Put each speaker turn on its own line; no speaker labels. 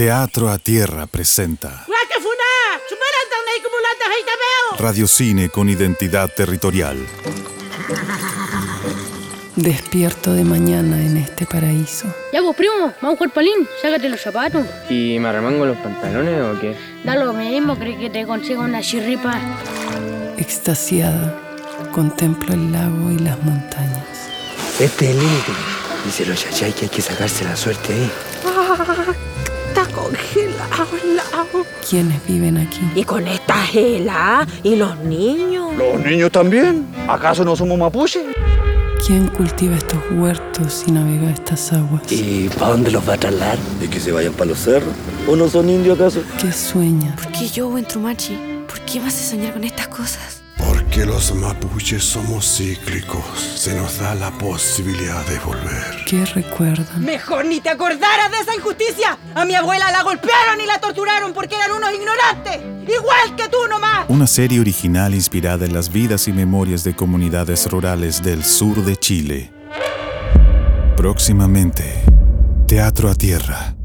Teatro a Tierra presenta Radiocine con identidad territorial.
Despierto de mañana en este paraíso.
Ya vos, primo, vamos a jugar palín, sácate los zapatos.
¿Y me arremango los pantalones o qué?
Da lo mismo, crees que te consiga una chirripa.
Extasiada, contemplo el lago y las montañas.
Este es el límite. Dice los yayay que hay que sacarse la suerte ahí.
Ah, está congelado el lago.
¿Quiénes viven aquí?
Y con esta gela y los niños.
¿Los niños también? ¿Acaso no somos mapuches?
¿Quién cultiva estos huertos y navega estas aguas?
¿Y para dónde los va a trasladar?
¿Y que se vayan para los cerros? ¿O no son indios acaso?
¿Qué sueña?
¿Por qué yo, Entrumachi? ¿Por qué vas a soñar con estas cosas?
Porque los mapuches somos cíclicos. Se nos da la posibilidad de volver.
¿Qué recuerdan?
Mejor ni te acordaras de esa injusticia. A mi abuela la golpearon y la torturaron porque eran unos ignorantes. Igual que tú nomás.
Una serie original inspirada en las vidas y memorias de comunidades rurales del sur de Chile. Próximamente, Teatro a Tierra.